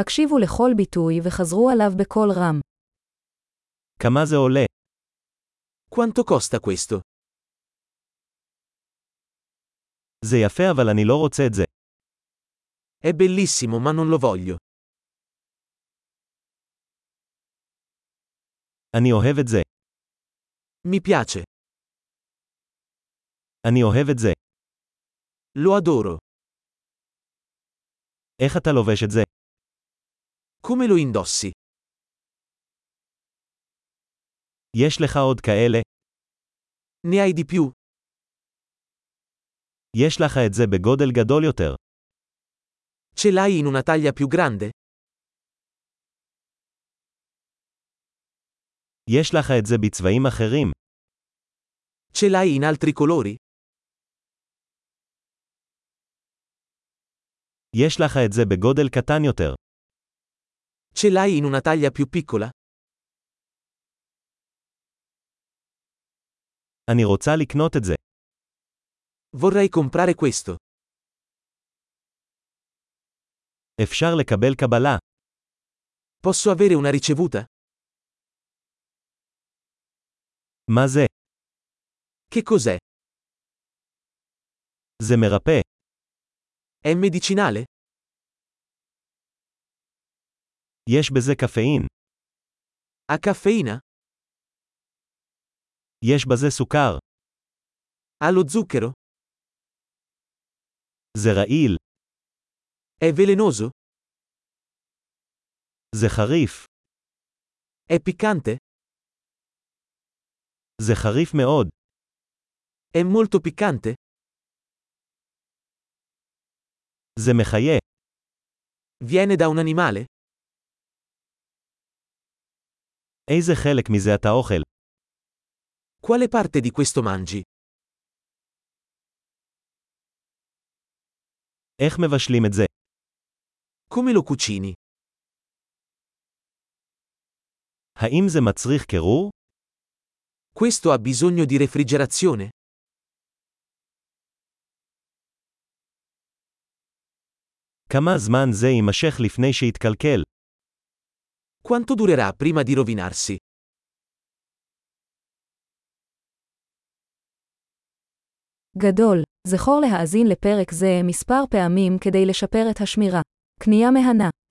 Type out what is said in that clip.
הקשיבו לכל ביטוי וחזרו עליו בקול רם. כמה זה עולה? Quanto costa questo? זה יפה אבל אני לא רוצה את זה. È bellissimo ma non lo voglio. אני אוהב את זה. Mi piace. אני אוהב את זה. Lo adoro. איך אתה לובש את זה? Come lo indossi? יש לך עוד כאלה? Ne hai di più? יש לך את זה בגודל גדול יותר. Ce l'hai in una taglia più grande? יש לך את זה בצבעים אחרים. Ce l'hai in altri colori? יש לך את זה בגודל קטן יותר. Ce l'hai in una taglia più piccola? אני רוצה לקנות את זה. Vorrei comprare questo. אפשר לקבל קבלה. Posso avere una ricevuta? מה זה? Che cos'è? זה מרפא. È medicinale? יש בזה קפאין. Ha caffeina? יש בזה סוכר. Ha lo zucchero? זה רעיל. È velenoso? זה חריף. È piccante? זה חריף מאוד. È molto piccante? זה מחיה. Viene da un animale? איזה חלק מזה אתה אוכל? Quale parte di questo mangi? איך מבשלים את זה? Come lo cucini? האם זה מצריך קירור? Questo ha bisogno di refrigerazione? כמה זמן זה יימשך לפני שיתקלקל? Quanto durerà prima di rovinarsi? גדול, זכור להאזין לפרק זה מספר פעמים כדי לשפר את השמירה. קנייה מהנה